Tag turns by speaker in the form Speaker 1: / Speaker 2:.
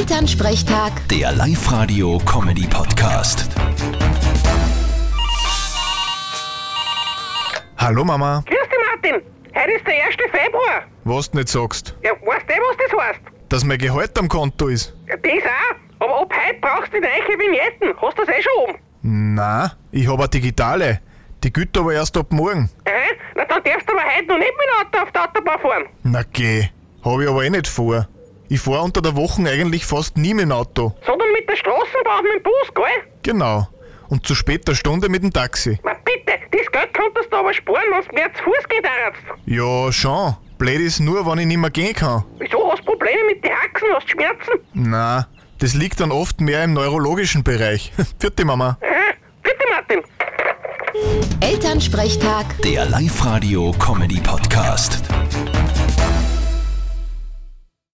Speaker 1: Elternsprechtag,
Speaker 2: Der Live-Radio-Comedy-Podcast.
Speaker 3: Hallo Mama,
Speaker 4: Grüß dich, Martin. Heute ist der 1. Februar.
Speaker 3: was du nicht sagst,
Speaker 4: Ja, weißt du, was das heißt?
Speaker 3: dass mein Gehalt am Konto ist?
Speaker 4: Ja, das auch. Aber ab heute brauchst du neue Vignetten. Hast du das eh schon oben?
Speaker 3: Na, ich habe eine digitale. Die gilt aber erst ab morgen.
Speaker 4: Hä? Na, dann darfst du aber heute noch nicht mit dem Auto auf der Autobahn fahren.
Speaker 3: Na geh, habe ich aber eh nicht vor. Ich fahre unter der Woche eigentlich fast nie mit dem Auto.
Speaker 4: Sondern mit der Straßenbahn und mit dem Bus, gell?
Speaker 3: Genau. Und zu später Stunde mit dem Taxi.
Speaker 4: Na bitte, das Geld konntest du aber sparen, wenn du mehr zu Fuß geht auch
Speaker 3: Ja, schon. Blöd ist nur, wenn ich nicht mehr gehen kann.
Speaker 4: Wieso hast du Probleme mit den Haxen? Hast du Schmerzen?
Speaker 3: Na, das liegt dann oft mehr im neurologischen Bereich. Vierte Mama.
Speaker 4: Hä? Bitte, Martin.
Speaker 1: Elternsprechtag.
Speaker 2: Der Live-Radio-Comedy-Podcast.